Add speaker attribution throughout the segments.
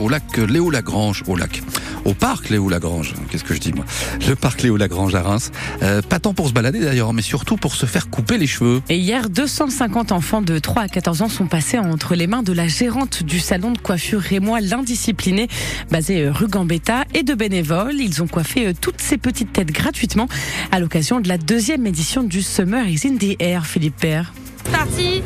Speaker 1: au lac Léo Lagrange, au lac, au parc Léo Lagrange, qu'est-ce que je dis moi Le parc Léo Lagrange à Reims, Euh, pas tant pour se balader d'ailleurs, hein, mais surtout pour se faire couper les cheveux.
Speaker 2: Et hier, 250 enfants de 3 à 14 ans sont passés entre les mains de la gérante du salon de coiffure Rémois l'Indiscipliné, basé euh, rue Gambetta, et de bénévoles. Ils ont coiffé euh, toutes ces petites têtes gratuitement à l'occasion de la deuxième édition du Summer is in the Air, Philippe Père.
Speaker 3: parti.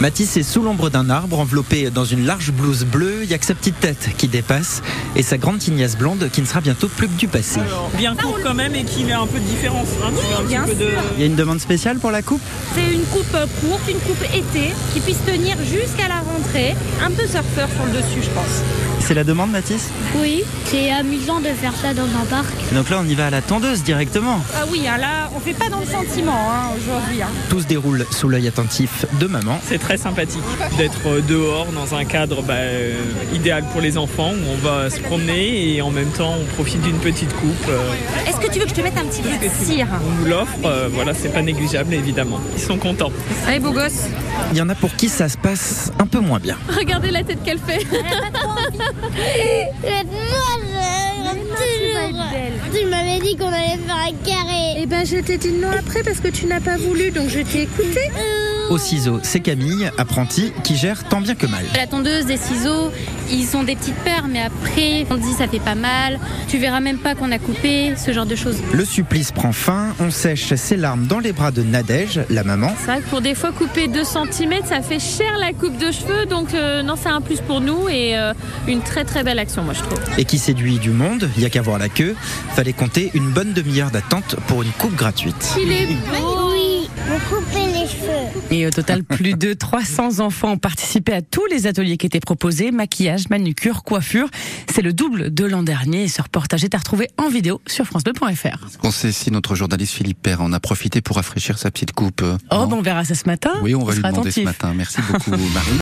Speaker 4: Mathis est sous l'ombre d'un arbre, enveloppé dans une large blouse bleue. Il n'y a que sa petite tête qui dépasse et sa grande tignasse blonde qui ne sera bientôt plus que du passé.
Speaker 5: bien court quand même et qu'il ait un peu de différence. hein, tu vois, un petit
Speaker 3: bien
Speaker 5: peu de-
Speaker 4: Il y a une demande spéciale pour la coupe
Speaker 3: C'est une coupe euh, courte, une coupe été, qui puisse tenir jusqu'à la rentrée. Un peu surfeur sur le dessus, je pense.
Speaker 4: C'est la demande, Mathis
Speaker 6: Oui, c'est amusant de faire ça dans un parc.
Speaker 4: Donc là, on y va à la tondeuse directement.
Speaker 3: Ah oui, hein, là, on fait pas dans le sentiment hein, aujourd'hui. hein.
Speaker 4: Tout se déroule sous l'œil attentif de maman.
Speaker 5: C'est très sympathique d'être euh, dehors dans un cadre bah, euh, idéal pour les enfants où on va se promener et en même temps on profite d'une petite coupe. euh,
Speaker 3: Est-ce que tu veux que je te mette un petit bout de cire
Speaker 5: on nous l'offre, euh, voilà, c'est pas négligeable évidemment. Ils sont contents.
Speaker 3: Allez, beau gosse.
Speaker 4: Il y en a pour qui ça se passe un peu moins bien.
Speaker 3: Regardez la tête qu'elle fait.
Speaker 6: Tu m'avais dit qu'on allait faire un carré.
Speaker 7: Eh ben, je t'ai dit non après parce que tu n'as pas voulu, donc je t'ai écouté.
Speaker 4: Au ciseau, c'est Camille, apprentie, qui gère tant bien que mal.
Speaker 8: La tondeuse, des ciseaux, ils ont des petites peurs, mais après, on dit ça fait pas mal, tu verras même pas qu'on a coupé, ce genre de choses.
Speaker 4: Le supplice prend fin, on sèche ses larmes dans les bras de Nadège, la maman.
Speaker 8: C'est vrai que pour des fois couper 2 cm, ça fait cher la coupe de cheveux, donc euh, non, c'est un plus pour nous et euh, une très très belle action, moi je trouve.
Speaker 4: et qui séduit du monde, il y a qu'à voir la queue, fallait compter une bonne demi-heure d'attente pour une coupe gratuite.
Speaker 8: Il est beau
Speaker 6: Oui, vous coupez les cheveux.
Speaker 2: Et au total, plus de 300 enfants ont participé à tous les ateliers qui étaient proposés, maquillage, manucure, coiffure. C'est le double de l'an dernier et ce reportage est à retrouver en vidéo sur francebleu.fr.
Speaker 1: On sait si notre journaliste Philippe Père en a profité pour rafraîchir sa petite coupe. euh,
Speaker 2: Oh,
Speaker 1: non
Speaker 2: bon, on verra ça ce matin.
Speaker 1: Oui, on va lui
Speaker 2: sera
Speaker 1: demander ce
Speaker 2: attentif.
Speaker 1: matin. Merci beaucoup Marie.